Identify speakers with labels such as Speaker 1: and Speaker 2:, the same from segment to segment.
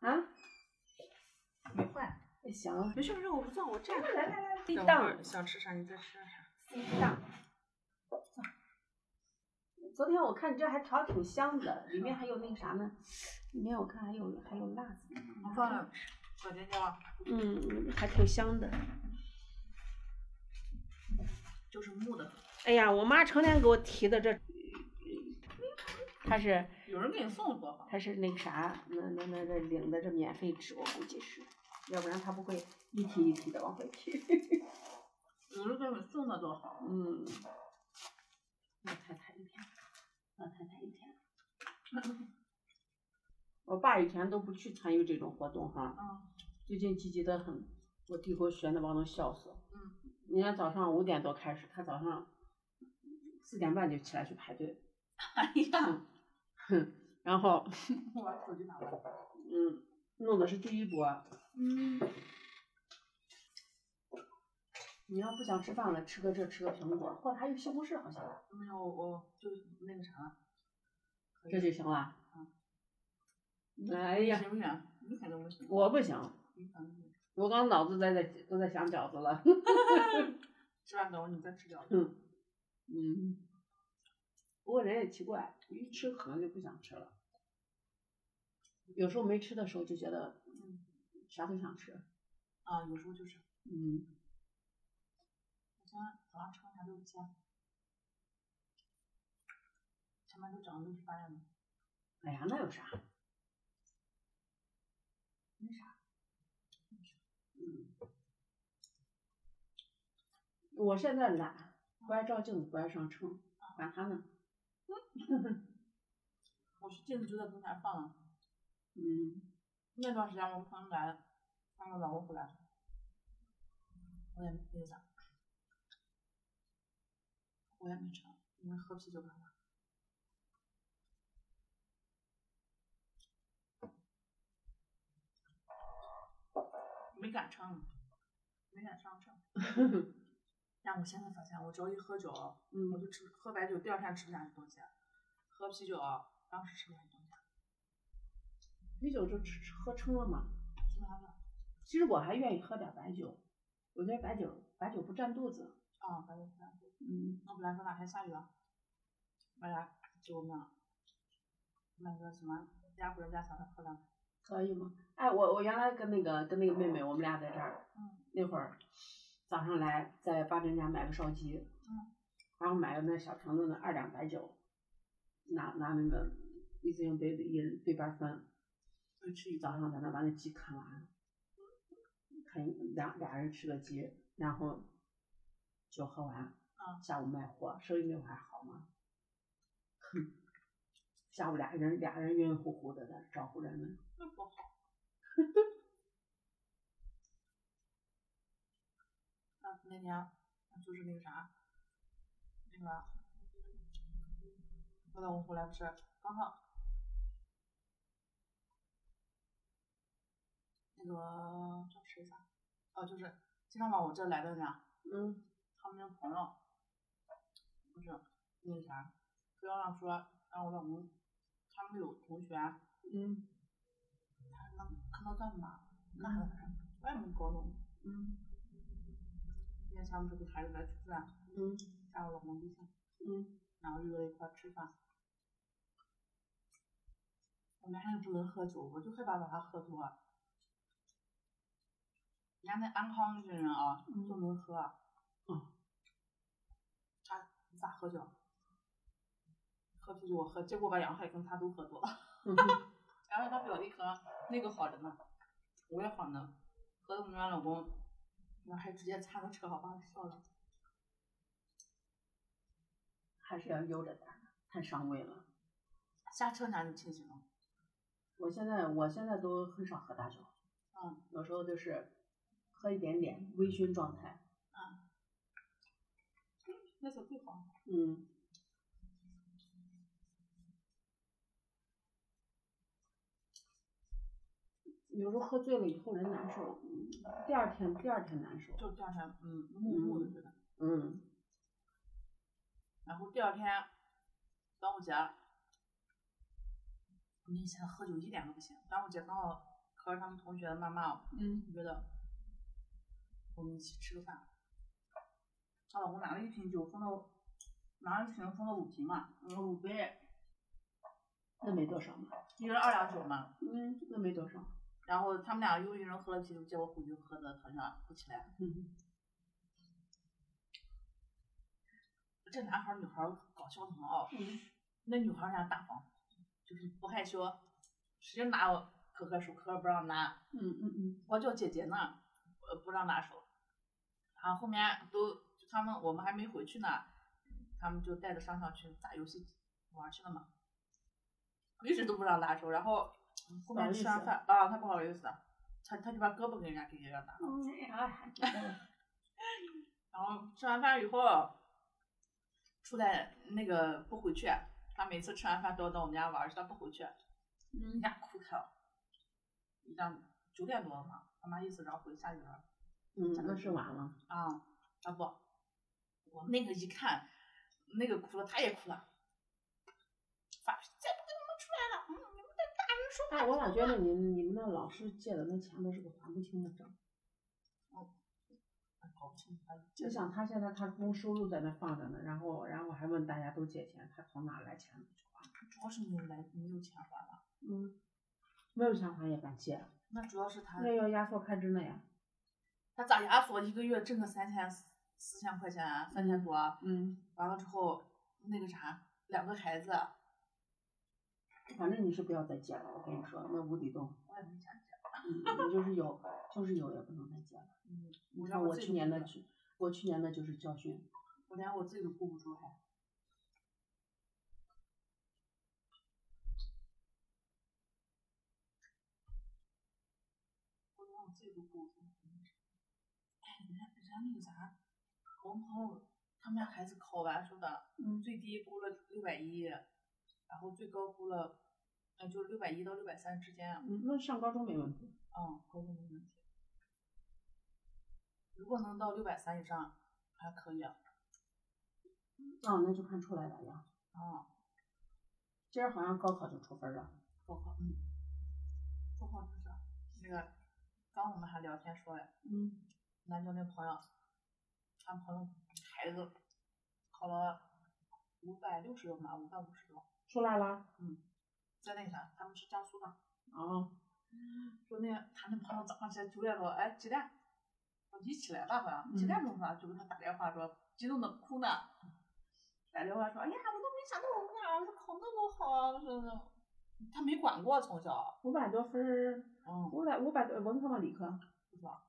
Speaker 1: 啊？
Speaker 2: 没换，
Speaker 1: 哎行了，
Speaker 3: 没事没事，我不做，我站着。
Speaker 2: 来来来，
Speaker 1: 地
Speaker 3: 等会
Speaker 1: 档
Speaker 3: 儿想吃啥你再吃啥。
Speaker 2: 地档，
Speaker 1: 昨天我看你这还炒挺香的，里面还有那个啥呢？里面我看还有还有辣子，
Speaker 2: 我放了
Speaker 3: 小尖椒
Speaker 1: 嗯，还挺香的。
Speaker 3: 就是木的，
Speaker 1: 哎呀，我妈成天给我提的这，她是
Speaker 2: 有人给你送多好。
Speaker 1: 她是那个啥，那那那这领的这免费纸，我估计是，要不然她不会一题一题的往回提。
Speaker 2: 有人给你送的多好，
Speaker 1: 嗯，老太太一天，老太太一天。我爸以前都不去参与这种活动哈，
Speaker 2: 嗯
Speaker 1: 最近积极的很，我弟给我学那帮都笑死了。
Speaker 2: 嗯，
Speaker 1: 人家早上五点多开始，他早上四点半就起来去排队，
Speaker 2: 哎呀，
Speaker 1: 哼，然后
Speaker 2: 我把手机拿过来。
Speaker 1: 嗯，弄的是第一波。
Speaker 2: 嗯，
Speaker 1: 你要不想吃饭了，吃个这，吃个苹果，或者还有西红柿好像，
Speaker 3: 没有我就那个啥了。
Speaker 1: 这就行了。哎
Speaker 2: 你
Speaker 1: 呀，
Speaker 2: 行不行？你肯定不行。
Speaker 1: 我不行，
Speaker 2: 你肯定不行。
Speaker 1: 我刚脑子在在都在想饺子了。
Speaker 3: 吃完等会儿你再吃饺子。
Speaker 1: 嗯，不过人也奇怪，一吃可能就不想吃了。有时候没吃的时候就觉得，嗯，啥都想吃。
Speaker 3: 啊，有时候就是
Speaker 1: 嗯，
Speaker 3: 我今天早上称了一下六千，前面就涨了六十八元了。
Speaker 1: 哎呀，那有啥？
Speaker 3: 没啥。
Speaker 1: 嗯，我现在懒，不爱照镜子，不爱上秤，管他呢。
Speaker 2: 我去镜子就在中间放了。
Speaker 1: 嗯，
Speaker 2: 那段时间我们朋友来，他们老公回来，我也没那啥，我也没尝，因为喝啤酒看看。没敢称，没敢上秤。但我现在发现，我只要一喝酒，我
Speaker 1: 嗯，
Speaker 2: 就吃喝白酒，第二天吃不下去东西；喝啤酒，当时吃不下去东西，
Speaker 1: 啤酒就吃吃喝撑了嘛。
Speaker 2: 基本上就
Speaker 1: 其实我还愿意喝点白酒，我觉得白酒白酒不占肚子。
Speaker 2: 啊，白酒不下去。
Speaker 1: 嗯，
Speaker 2: 那本来说哪天下雨哎啊，买俩酒呢，买个什么鸭脖鸭肠喝两杯。
Speaker 1: 可以吗？哎，我我原来跟那个跟那个妹妹，我们俩在这儿，
Speaker 2: 哦嗯
Speaker 1: 那会儿早上来在八珍家买个烧鸡，
Speaker 2: 嗯，
Speaker 1: 然后买了那小瓶子的二两白酒，拿拿那个一次性杯子一人对半
Speaker 2: 啊
Speaker 1: 分，就吃一早上在那把那鸡啃完，啃俩俩人吃个鸡，然后酒喝完，
Speaker 2: 啊
Speaker 1: 下午卖货，生意那会儿还好吗？ 哼，下午俩人俩人晕晕乎乎的在那儿招呼人呢。
Speaker 2: 那不好。 那啊那天就是那个啥，那个我老公回来不是刚好那个叫谁啥？哦，就是经常往我这来的人啊，
Speaker 1: 嗯。
Speaker 2: 他们那个朋友，不是那个啥，非要让说让我老公，他们有同学，
Speaker 1: 嗯
Speaker 2: 他能看到干嘛？那还是外面高中，
Speaker 1: 嗯
Speaker 2: 那天下午是给孩子来吃饭，
Speaker 1: 嗯
Speaker 2: 加我老公微信，
Speaker 1: 嗯，
Speaker 2: 然后约了一块儿吃饭。我男人不能喝酒，我就害怕把他喝多。人家那安康那些人啊，
Speaker 1: 嗯
Speaker 2: 就能喝。
Speaker 1: 嗯。
Speaker 2: 他你咋喝酒？喝啤酒我喝，结果把杨海跟他都喝多了。
Speaker 1: 嗯哼
Speaker 2: 然后他表弟和那个好着呢，我也好呢，和我们家老公，然后还直接擦个车，我爸笑了。
Speaker 1: 还是要悠着点儿，太伤胃了。
Speaker 2: 下车前你清醒了，
Speaker 1: 我现在我现在都很少喝大酒，
Speaker 2: 嗯，
Speaker 1: 有时候就是喝一点点，微醺状态。
Speaker 2: 那时候最好。
Speaker 1: 嗯，有时候喝醉了以后人难受，嗯第二天第二天难受。
Speaker 2: 就第二天，嗯，木木的觉得。
Speaker 1: 嗯
Speaker 2: 啊然后第二天端午节，我你以前喝酒一点都不行。端午节刚好和他们同学妈妈，
Speaker 3: 嗯，
Speaker 2: 我觉得我们一起吃个饭。她老公拿了一瓶酒，分了我，拿了一瓶分了五瓶嘛，嗯，五杯，
Speaker 1: 那没多少嘛。
Speaker 2: 一人二两酒嘛。
Speaker 1: 嗯，那没多少。
Speaker 2: 然后他们俩又一人喝了啤酒，结果虎就喝的好像不起来。
Speaker 1: 嗯，
Speaker 2: 这男孩儿女孩儿搞笑的很哦，
Speaker 1: 嗯
Speaker 2: 那女孩儿俩大方，就是不害羞，直接拿我可可手，可可不让拿，
Speaker 1: 嗯嗯嗯，
Speaker 2: 我叫姐姐呢，呃，不让拿手。然后后面都就他们我们还没回去呢，他们就带着商场去打游戏玩去了嘛，一直都不让拿手。然后嗯后
Speaker 1: 不好
Speaker 2: 面
Speaker 1: 意
Speaker 2: 吃完
Speaker 1: 思
Speaker 2: 饭啊，他不好意思，他他就把胳膊给人家给人家拿了。
Speaker 1: 嗯哎
Speaker 2: 然后吃完饭以后，出来那个不回去，啊他每次吃完饭都要到我们家玩儿去，他不回去，啊人
Speaker 1: 嗯
Speaker 2: 家哭开了。你像九点多了嘛，他妈意思让回下雨了
Speaker 1: 嗯，那是晚了。
Speaker 2: 啊，啊不，我那个一看，那个哭了，他也哭了，发再不给你们出来了，嗯，你们这大人说
Speaker 1: 哎，我咋觉得你你们那老师借的那钱都是个还不清的账？
Speaker 2: 哎搞不清楚他
Speaker 1: 你想他现在他工收入在那放着呢，然后然后还问大家都借钱，他从哪来钱去还？
Speaker 2: 主要是没有来没有钱还了，
Speaker 1: 嗯，没有钱还也敢借，
Speaker 2: 那主要是他
Speaker 1: 那要压缩开支呢呀。
Speaker 2: 他咋压缩一个月挣个三千四四千块钱，啊三千多，
Speaker 1: 嗯，
Speaker 2: 完了之后那个啥，两个孩子，啊
Speaker 1: 反正你是不要再借了，我跟你说，那无底洞，
Speaker 2: 我也没想起来。
Speaker 1: 嗯，你就是有 就是有也不能再借了。
Speaker 2: 嗯，
Speaker 1: 你
Speaker 2: 连
Speaker 1: 看我
Speaker 2: 自己
Speaker 1: 去
Speaker 2: 都
Speaker 1: 年
Speaker 2: 顾
Speaker 1: 的
Speaker 2: 不住，
Speaker 1: 去，我去年的就是教训。
Speaker 2: 我连我自己都顾不住还。我连我自己都顾不住。哎，人家人家那个啥，我们朋友他们家孩子考完说的，
Speaker 1: 嗯
Speaker 2: 最低估了六百一，然后最高估了，呃，就是六百一到六百三之间。啊
Speaker 1: 嗯，那上高中没问题。
Speaker 2: 嗯，高中没问题。如果能到六百三以上，还可以啊。
Speaker 1: 啊，那就看出来了呀。
Speaker 2: 啊，
Speaker 1: 今儿好像高考就出分了。
Speaker 2: 高考，嗯，高考就是那个，刚我们还聊天说嘞，
Speaker 1: 嗯
Speaker 2: 南京那朋友，他朋友孩子考了五百六十多嘛，五百五十多，
Speaker 1: 出来了。
Speaker 2: 在那啥，他们是江苏的，
Speaker 1: 啊，
Speaker 2: 说那他那朋友早上起来九点多，哎，几点？我一起来吧，好像几点钟吧，就给他打电话说，激动的哭呢。打电话说，哎呀，我都没想到我们俩儿子考那么好，啊说的，他没管过从小，
Speaker 1: 五百多分儿，
Speaker 2: 嗯，
Speaker 1: 五百五百多文科吗？理科？
Speaker 2: 不知道，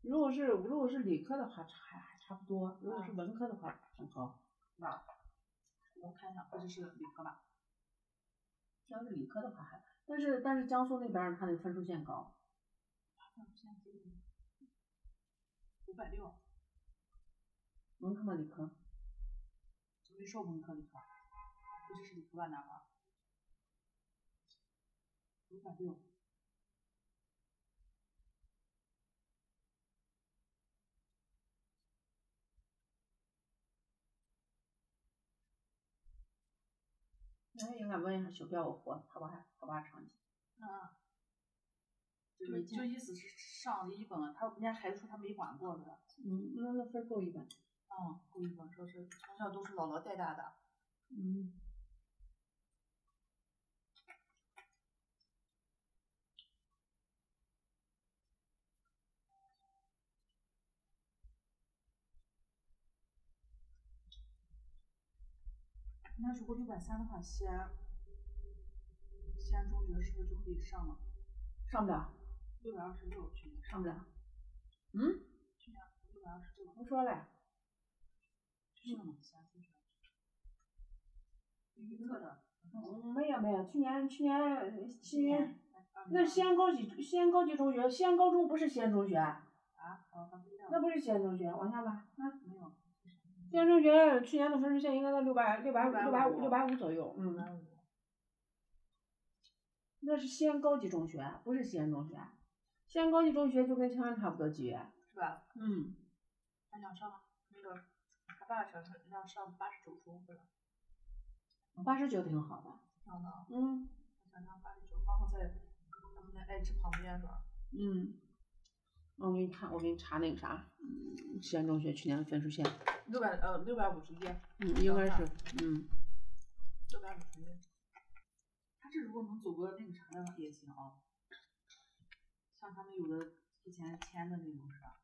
Speaker 1: 如果是如果是理科的话，差还差不多；如果是文科的话，很高。
Speaker 2: 不知道。我看一下，估计是理科吧。
Speaker 1: 要是理科的话还，但是但是江苏那边儿他的分数线高，
Speaker 2: 嗯五百六，
Speaker 1: 文科吗？理科？
Speaker 2: 没说文科理科，估计是理科吧，男孩儿。五百六，
Speaker 1: 那应该问一下小彪我活，他爸他爸成绩。
Speaker 2: 啊，
Speaker 1: 就没
Speaker 2: 就
Speaker 1: 见
Speaker 2: 就意思是上了一本了，他人家孩子说他没管过的。
Speaker 1: 嗯，那那分儿够一般。
Speaker 2: 嗯，故意本说是从小都是姥姥带大的。
Speaker 1: 嗯。
Speaker 2: 那如果六百三的话，西安西安中学是不是就可以上了？
Speaker 1: 上不了，
Speaker 2: 六百二十六去年
Speaker 1: 上
Speaker 2: 上
Speaker 1: 不了。嗯，
Speaker 2: 去年六百二十六
Speaker 1: 胡说嘞，
Speaker 2: 去上了西安中学。预测的，
Speaker 1: 嗯没有没有，去年去年呃西安，那西
Speaker 2: 西
Speaker 1: 安高级西安高级中学，西安高中不是西安中学，
Speaker 2: 啊，哦，还不一样，
Speaker 1: 那不是西安中学，往下拉。
Speaker 2: 没有，
Speaker 1: 西安中学去年的分数线应该在六百六百五六百五六百五左右，
Speaker 2: 五
Speaker 1: 嗯，
Speaker 2: 百五，
Speaker 1: 那是西安高级中学，啊不是西安中学。西安高级中学就跟长安差不多级别，
Speaker 2: 是吧？
Speaker 1: 嗯，
Speaker 2: 他想上那个，他爸想上让上八十九中去了，
Speaker 1: 八十九挺好的，
Speaker 2: 上的，
Speaker 1: 嗯，
Speaker 2: 我船上发的时候，刚好在咱们的爱知旁边是吧？
Speaker 1: 嗯，我给你看，我给你查那个啥，嗯西安中学去年的分数线，
Speaker 2: 六百呃六百五十一，
Speaker 1: 嗯，应该是，嗯，
Speaker 2: 六百五十一。他这如果能走个那个啥的话也行啊，像他们有的之前签的那种是吧？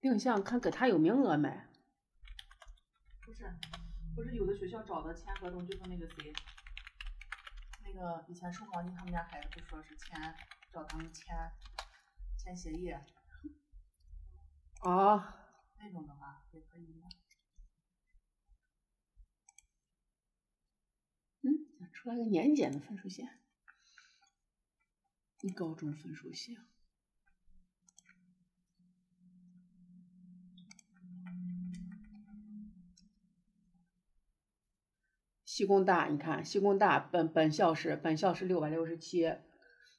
Speaker 1: 定向看给他有名额没？
Speaker 2: 不是，不是有的学校找的签合同就跟那个谁，那个以前宋黄金他们家孩子不说是签找他们签签协议
Speaker 1: 哦，
Speaker 2: 那种的话也可以吗？
Speaker 1: 嗯，咋出来个年检的分数线？高中分数线。西工大，你看西工大本本校是本校是六百六十七，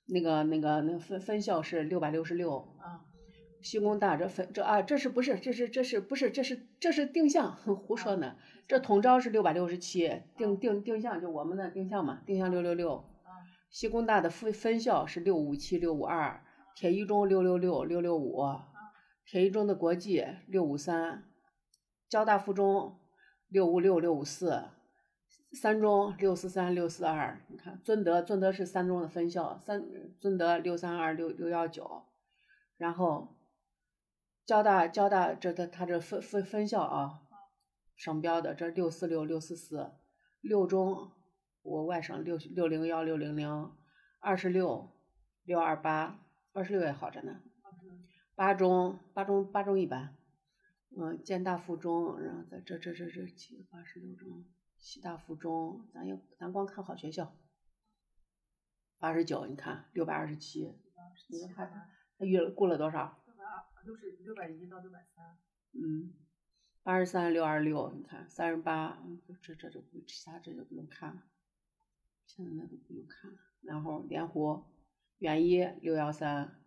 Speaker 1: 那个那个那分分校是六百六十六，
Speaker 2: 啊、
Speaker 1: 西工大这分这啊，这是不是这是这是不是这是这是定向？ 胡说呢！嗯这统招是六百六十七，定定定向就我们的定向嘛，定向六六六。西工大的分分校是六五七六五二，铁一中六六六六六五，铁一中的国际六五三，交大附中六五六六五四，三中六四三六四二。你看，尊德尊德是三中的分校，三尊德六三二六六幺九。然后交大交大这它它这分分分校啊，省标的这六四六六四四，六中我外省六六零幺六零零，二十六六二八，二十六也好着呢。八中八中八中一般，嗯，建大附中，然后在这这这这七个八十六中，西大附中，咱也咱光看好学校，八十九，你看六百二十七，你看他他预估了多少？
Speaker 2: 六百二六十六百一到六百三，
Speaker 1: 嗯，八十三六二六，你看三十八，嗯这这就不其他这就不用看了，现在那都不用看了。然后莲湖、远一六幺三，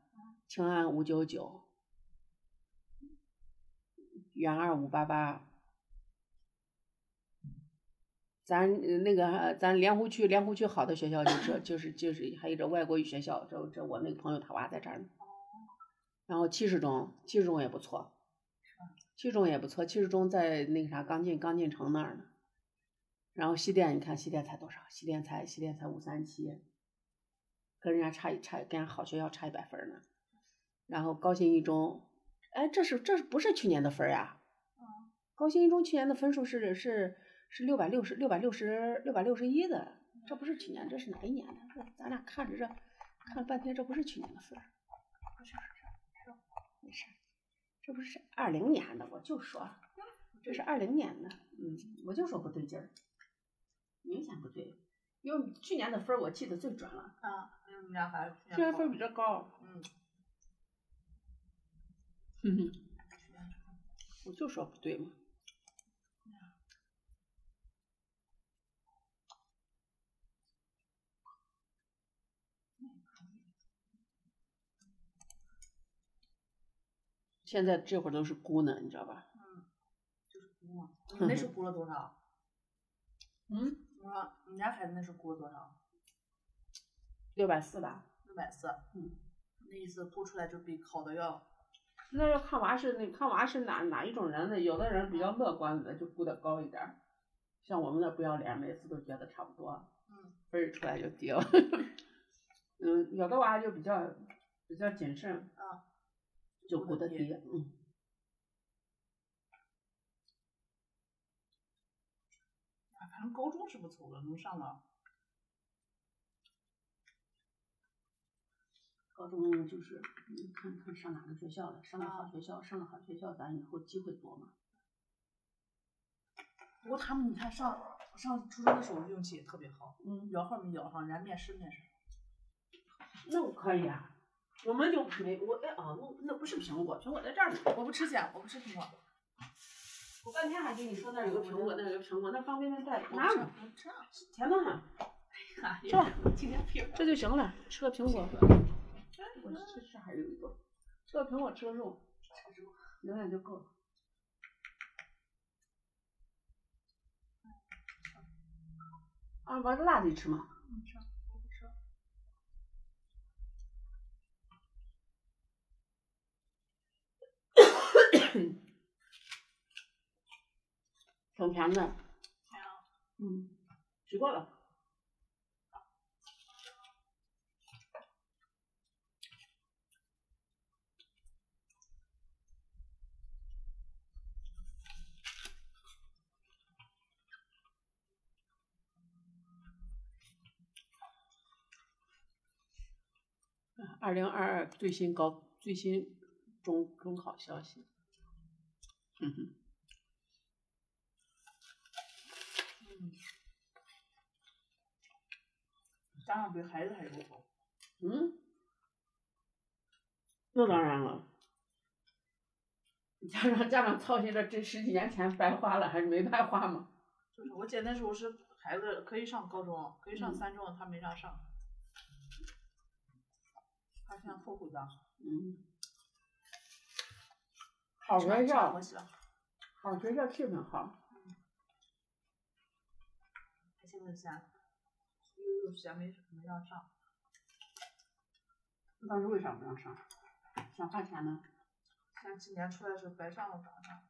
Speaker 1: 清安五九九，远二五八八。咱呃那个呃咱莲湖区莲湖区好的学校就这就是就是还有这外国语学校，这这我那个朋友他娃在这儿呢。然后七十中七十中也不错，七中也不错，七中在那个啥刚进刚进城那儿呢。然后西电，你看西电才多少？西电才西电才五三七，跟人家差一差，跟人家好学校差一百分儿呢。然后高新一中，哎，这是这是不是去年的分儿呀、高新一中去年的分数是是是六百六十六百六十六百六十一的，这不是去年，这是哪一年的？这咱俩看着这看了半天，这不是去年的分儿。没事儿，这不是二零年的，我就说这是二零年的，嗯，我就说不对劲儿，明显不对，因为去年的分儿我记得最准了，
Speaker 2: 啊，那你们俩孩子
Speaker 1: 去年分儿比嗯这高，啊
Speaker 2: 嗯，
Speaker 1: 哼嗯哼，我就说不对嘛。现在这会儿都是估呢，你知道吧？
Speaker 2: 就是估嘛，你那时候估了 多少？嗯，我说你家孩子那时候估了多少？
Speaker 1: 六百四吧。
Speaker 2: 六百四，
Speaker 1: 嗯，
Speaker 2: 那意思估出来就比考的要
Speaker 1: 那要看娃是那看娃是哪哪一种人呢？有的人比较乐观的就估得高一点儿，像我们那不要脸，每次都觉得差不多，
Speaker 2: 嗯，
Speaker 1: 分儿一出来就 低了。嗯，有的娃就比较比较谨慎，
Speaker 2: 啊，
Speaker 1: 就
Speaker 2: 估
Speaker 1: 估
Speaker 2: 得
Speaker 1: 得
Speaker 2: 低
Speaker 1: 低，嗯。
Speaker 2: 反正高中是不错了，能上了。
Speaker 1: 高中就是嗯看看上哪个学校了，上了好
Speaker 2: 啊
Speaker 1: 学校，上了好学校，咱以后机会多嘛。
Speaker 2: 不过他们你看上上初中的时候运气也特别好，
Speaker 1: 嗯，
Speaker 2: 摇号没摇上，人家面试面试。
Speaker 1: 那我可以啊，我们就没我哎啊，那那不是苹果，苹果在这儿呢。
Speaker 2: 我不吃碱，我不吃苹果，
Speaker 1: 我半天还跟你说那儿有个苹果，那儿有个苹果，那方便面袋
Speaker 2: 我不
Speaker 1: 拿
Speaker 2: 吃，
Speaker 1: 着
Speaker 2: 我不吃啊。
Speaker 1: 前头呢。
Speaker 2: 哎
Speaker 1: 这
Speaker 2: 呀， 今天苹果
Speaker 1: 这就行了，吃个苹果。嗯我这这还有一个，吃个苹果，吃个肉，永远就够了。啊，玩着辣的吃嘛。
Speaker 2: 你吃，我不吃。
Speaker 1: 挺甜的。嗯，吃过了。二零二二最新高最新中中考消息。嗯哼。
Speaker 2: 家长对孩子还是不好，
Speaker 1: 嗯，那当然了。家长家长操心的这十几年钱白花了还是没白花嘛？
Speaker 2: 就是我姐那时候是孩子可以上高中，可以上
Speaker 1: 嗯
Speaker 2: 三中，她没让上，她现在后悔吧？
Speaker 1: 嗯，好学
Speaker 2: 全
Speaker 1: 校
Speaker 2: 我，喜欢，
Speaker 1: 好学校气氛好，
Speaker 2: 她现在想，又有时间没没让上，
Speaker 1: 那当时为啥不让上？想花钱呢？
Speaker 2: 像今年出来的时候白上了白上，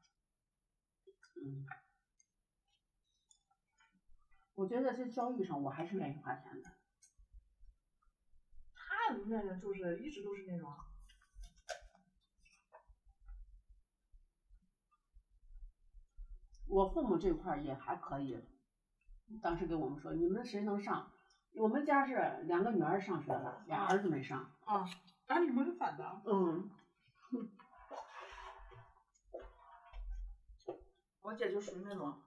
Speaker 1: 嗯，我觉得在教育上我还是愿意花钱的。
Speaker 2: 她那个就是一直都是那种，
Speaker 1: 我父母这块儿也还可以，当时跟我们说，你们谁能上？我们家是两个女儿上学了，俩儿子没上。
Speaker 2: 啊，啊，你们是反的啊，
Speaker 1: 嗯，我姐就属于那种，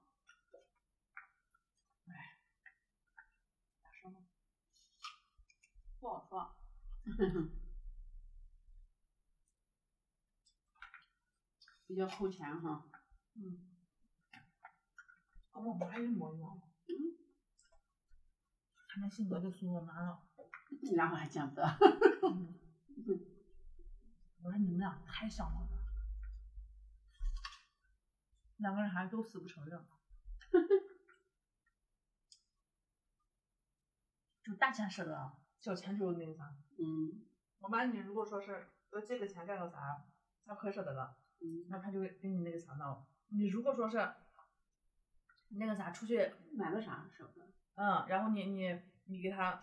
Speaker 2: 哎不好说。
Speaker 1: 比较抠钱哈。
Speaker 2: 嗯，跟我妈一模一样。嗯，她那性格就随我妈了。嗯
Speaker 1: 然后还见不得。
Speaker 3: 我说你们俩太像了，两个人还都死不承认。就大钱舍得，小钱就那个啥。
Speaker 1: 嗯
Speaker 3: 我妈，你如果说是呃这个钱干个啥，她可舍得了。
Speaker 1: 嗯，
Speaker 3: 然后他就会跟你那个啥闹。你如果说是那个啥出去，
Speaker 1: 买了啥舍不得？
Speaker 3: 嗯，然后你你你给他，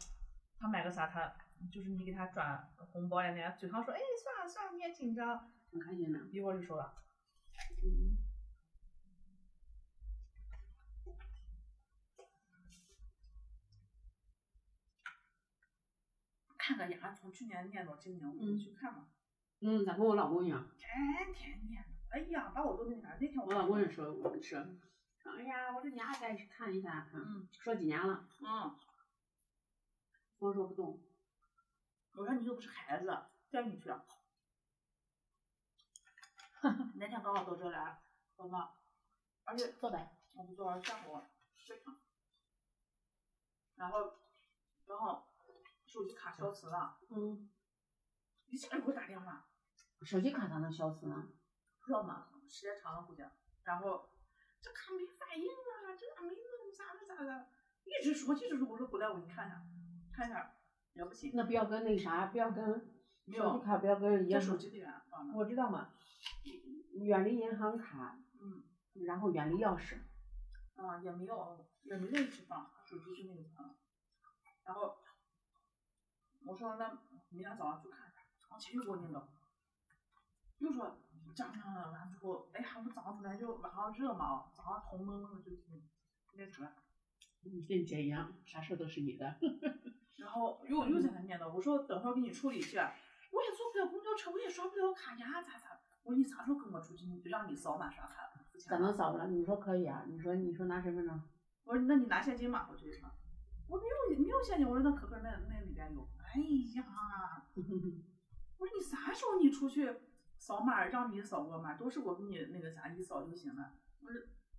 Speaker 3: 他买个啥，他就是你给他转红包呀，人家嘴上说，哎，算了算了，你也紧张，
Speaker 1: 挺开心的。
Speaker 3: 一会儿就收了。
Speaker 1: 嗯。
Speaker 2: 看个牙，从去年念到今年，我
Speaker 1: 嗯
Speaker 2: 们去看嘛，
Speaker 1: 嗯，咋跟我老公一样？
Speaker 2: 天天念，哎呀，把我都那啥。那天
Speaker 1: 哦我老公也说我们是，说哎呀，我说你还该去看一下，啊
Speaker 2: 嗯，
Speaker 1: 说几年了，
Speaker 2: 嗯，
Speaker 1: 光说不动。
Speaker 2: 我说你又不是孩子，带你去。 那天刚好到这来，我妈，而且
Speaker 1: 坐呗。
Speaker 2: 我不做下午非常，然后然后手机卡消磁了，
Speaker 1: 嗯，
Speaker 2: 一下就给我打电话。
Speaker 1: 手机卡咋能消磁呢？
Speaker 2: 不知道嘛，时间长了估计，然后这卡没反应啊，这咋没弄咋的咋的，一直说一直说，我说回来我给你看看，看看也不行，
Speaker 1: 那不要跟那啥，不要跟
Speaker 2: 没
Speaker 1: 手
Speaker 2: 有
Speaker 1: 机，卡，不要跟
Speaker 2: 这
Speaker 1: 也
Speaker 2: 手机里啊面放着，
Speaker 1: 我知道嘛，远离银行卡，
Speaker 2: 嗯，
Speaker 1: 然后远离钥匙。
Speaker 2: 啊也没有也没认识放，手机就那个放，然后我说那明天早上去看看，然后前又给我那个，又说这样这样这样完之后，哎呀我早上本来就晚上热嘛，早上红蒙蒙的就挺那啥。
Speaker 1: 嗯，跟你姐一样，啥事都是你的。
Speaker 2: 然后又又在那念叨，我说等会儿给你处理去，我也坐不了公交车，我也刷不了卡呀，咋咋？我说你啥时候跟我出去，你就让你扫码刷卡，付钱
Speaker 1: 咋能扫了？你说可以啊？你说你说拿身份证？
Speaker 2: 我说那你拿现金吧，我就说，我没有没有现金，我说那可可那那里边有。哎 呀，我说你啥时候你出去扫码，让你扫过码，都是我给你那个啥一扫就行了。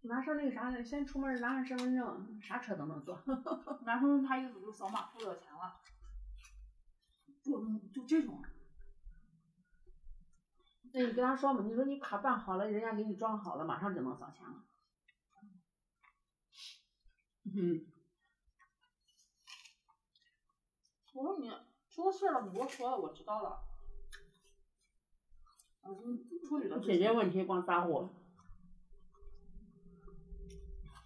Speaker 1: 拿上那个啥，先出门拿上身份证，啥车都能坐。
Speaker 2: 男生他一组就扫码付了钱了，就就这种。啊
Speaker 1: 那你跟他说嘛，你说你卡办好了，人家给你装好了，马上就能扫钱了。嗯，
Speaker 2: 我说你出事了，你给我说，我知道了。我说你处理了就
Speaker 1: 解决
Speaker 2: 行
Speaker 1: 问题光撒火，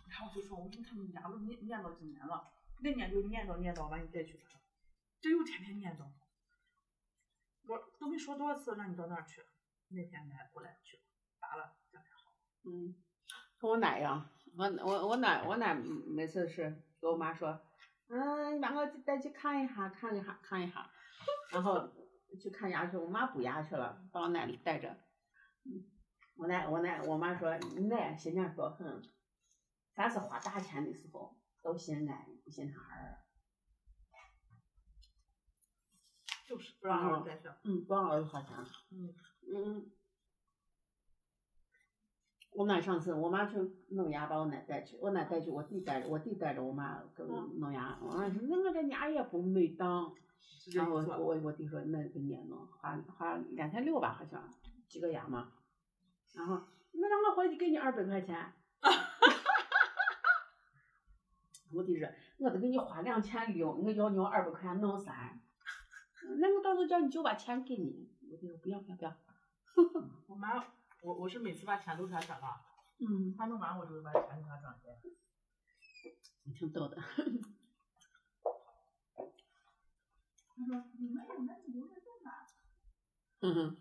Speaker 2: 然后我就说，我说你看你牙都念念叨几年了，那年就念叨念叨完你再去，这又天天念叨。我都没说多少次让你到那儿去，那天来过来去砸了，
Speaker 1: 嗯，跟我奶一样，我我我奶我奶每次是给我妈说，嗯，然后再去看一下，看一下，看一下，然后去看牙去，我妈补牙去了，把我奶带着，嗯我奶我奶我妈说，你奶现在说，哼，凡是花大钱的时候都嫌奶不嫌他儿，
Speaker 2: 就是不让
Speaker 1: 嗯
Speaker 2: 儿子再去。
Speaker 1: 嗯，不让儿子花钱，
Speaker 2: 嗯
Speaker 1: 嗯。我奶上次我妈去弄牙，把我奶带去，我奶带去，我弟带着，我弟带着我妈给我弄牙。我妈说：“那我这牙也不美当。”
Speaker 2: 直接
Speaker 1: 然后我
Speaker 2: 一坐
Speaker 1: 我我弟说：“那给你也弄，花花两千六吧，好像几个牙嘛。”然后那让我回去给你二百块钱。我弟说：“我都给你花两千六，我要你二百块钱弄三，那我到时候叫你舅把钱给你。”我弟说：“不要不要不要。
Speaker 2: 我妈，我我是每次把钱都给她转了，”
Speaker 1: 嗯。
Speaker 3: 他弄完我就把钱给他转给。
Speaker 1: 挺逗的。
Speaker 2: 她说你们有那留着用吧。
Speaker 1: 嗯哼，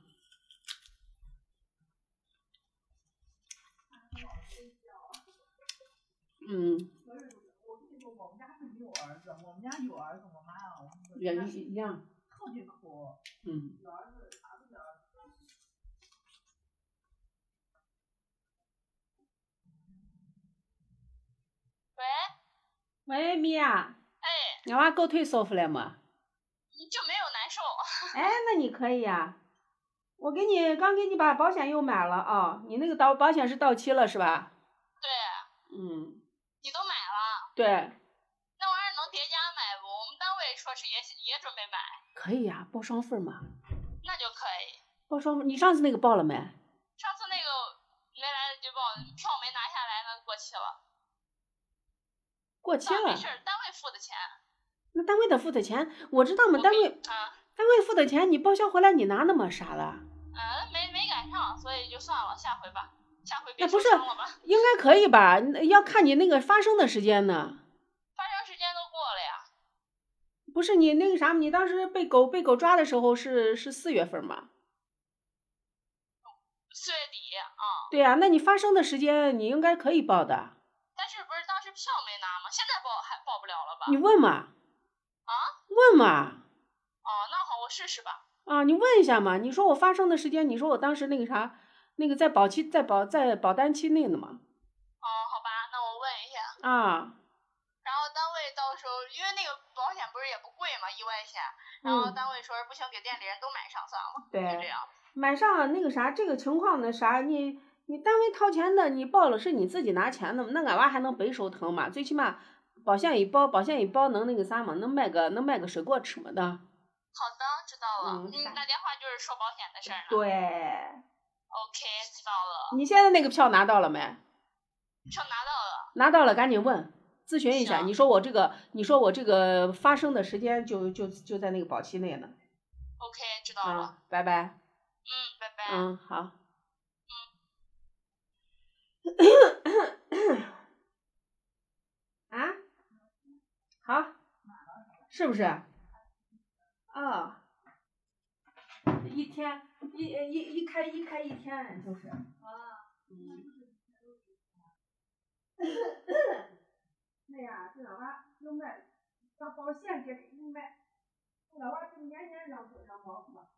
Speaker 1: 嗯，
Speaker 3: 我跟你说，我们家是没有儿子，我们家有儿子，我妈啊，我们
Speaker 1: 原理一样。
Speaker 3: 特别苦，
Speaker 1: 嗯，
Speaker 3: 有儿子啥都有儿子。
Speaker 4: 喂，
Speaker 1: 喂，米娅，
Speaker 4: 哎，
Speaker 1: 俺娃狗腿收回来没？
Speaker 4: 你就没有难受？
Speaker 1: 哎，那你可以呀、我给你刚给你把保险又买了啊、你那个到保险是到期了是吧？
Speaker 4: 对，
Speaker 1: 嗯，
Speaker 4: 你都买了，
Speaker 1: 对，
Speaker 4: 那玩意儿能叠加买不？我们单位说是也也准备买，
Speaker 1: 可以呀、报双份儿嘛，
Speaker 4: 那就可以。
Speaker 1: 报双份儿。你上次那个报了没？
Speaker 4: 上次那个没来得及报，票没拿下来呢，过期了。
Speaker 1: 过期
Speaker 4: 但
Speaker 1: 了
Speaker 4: 没事，儿，单位付的钱。
Speaker 1: 那单位得付的钱，我知道我们
Speaker 4: 我
Speaker 1: 单
Speaker 4: 给
Speaker 1: 位
Speaker 4: 啊
Speaker 1: 单位付的钱，你报销回来你拿那么傻了。
Speaker 4: 啊，没没赶上，所以就算了，下回吧，下回别
Speaker 1: 那不
Speaker 4: 受
Speaker 1: 是
Speaker 4: 伤了吧。
Speaker 1: 应该可以吧？那要看你那个发生的时间呢。
Speaker 4: 发生时间都过了呀，
Speaker 1: 不是你那个啥，你当时被狗被狗抓的时候是是四月份嘛？
Speaker 4: 四月底啊、
Speaker 1: 对呀、那你发生的时间你应该可以报的。
Speaker 4: 但是不是当时票没拿吗？现在报还报不了了吧？
Speaker 1: 你问嘛？
Speaker 4: 啊？
Speaker 1: 问嘛？
Speaker 4: 哦，那好，我试试吧。
Speaker 1: 啊，你问一下嘛？你说我发生的时间，你说我当时那个啥，那个在保期在保在保单期内的嘛？
Speaker 4: 哦，好吧，那我问一下。
Speaker 1: 啊，
Speaker 4: 然后单位到时候，因为那个保险不是也不贵嘛，意外险。然后
Speaker 1: 嗯
Speaker 4: 单位说不行，给店里人都买上算了，
Speaker 1: 对
Speaker 4: 就这样。
Speaker 1: 买上那个啥，这个情况的啥，你你单位掏钱的，你报了是你自己拿钱的，那俺娃还能白手疼嘛？最起码保险一包，保险一包能那个啥嘛，能买个能买个水果吃么的。
Speaker 4: 好的，知道了。
Speaker 1: 嗯
Speaker 4: 嗯，打电话就是说保险的事儿了。
Speaker 1: 对，
Speaker 4: OK，知道了。
Speaker 1: 你现在那个票拿到了没？
Speaker 4: 票拿到了。
Speaker 1: 拿到了赶紧问咨询一下。
Speaker 4: 行
Speaker 1: 你说我这个，你说我这个发生的时间就就就在那个保期内呢。
Speaker 4: OK，知道了。
Speaker 1: 啊，拜拜。
Speaker 4: 嗯，拜拜。
Speaker 1: 嗯，好。 啊，好，是不是？哦，一天一一一开一开一天就是。
Speaker 4: 啊，
Speaker 5: 那呀，这老娃就卖，把保险给卖，这老娃就年年让让保护吧，